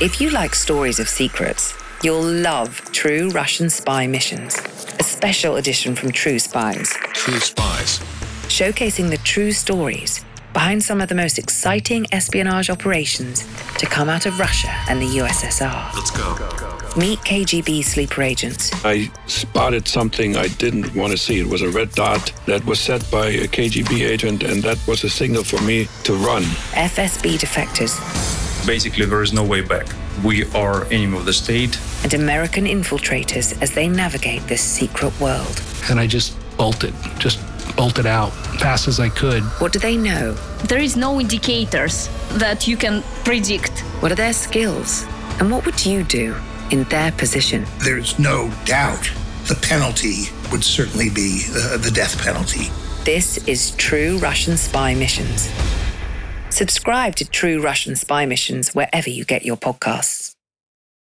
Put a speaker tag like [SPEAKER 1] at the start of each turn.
[SPEAKER 1] If you like stories of secrets, you'll love True Russian Spy Missions, a special edition from True Spies,
[SPEAKER 2] True Spies.
[SPEAKER 1] showcasing the true stories behind some of the most exciting espionage operations to come out of Russia and the USSR.
[SPEAKER 2] Let's go.
[SPEAKER 1] Meet KGB sleeper agents
[SPEAKER 3] I spotted something I didn't want to see. It was a red dot that was set by a KGB agent, and that was a signal for me to run.
[SPEAKER 1] FSB defectors,
[SPEAKER 4] Basically, there is no way back. We are enemy of the state.
[SPEAKER 1] and American infiltrators as they navigate this secret world.
[SPEAKER 5] and I just bolted, just bolted out fast as I could.
[SPEAKER 1] What do they know?
[SPEAKER 6] There is no indicators that you can predict.
[SPEAKER 1] What are their skills? And what would you do in their position?
[SPEAKER 7] There's no doubt the penalty would certainly be uh, the death penalty.
[SPEAKER 1] This is True Russian Spy Missions. Subscribe to True Russian Spy Missions wherever you get your podcasts.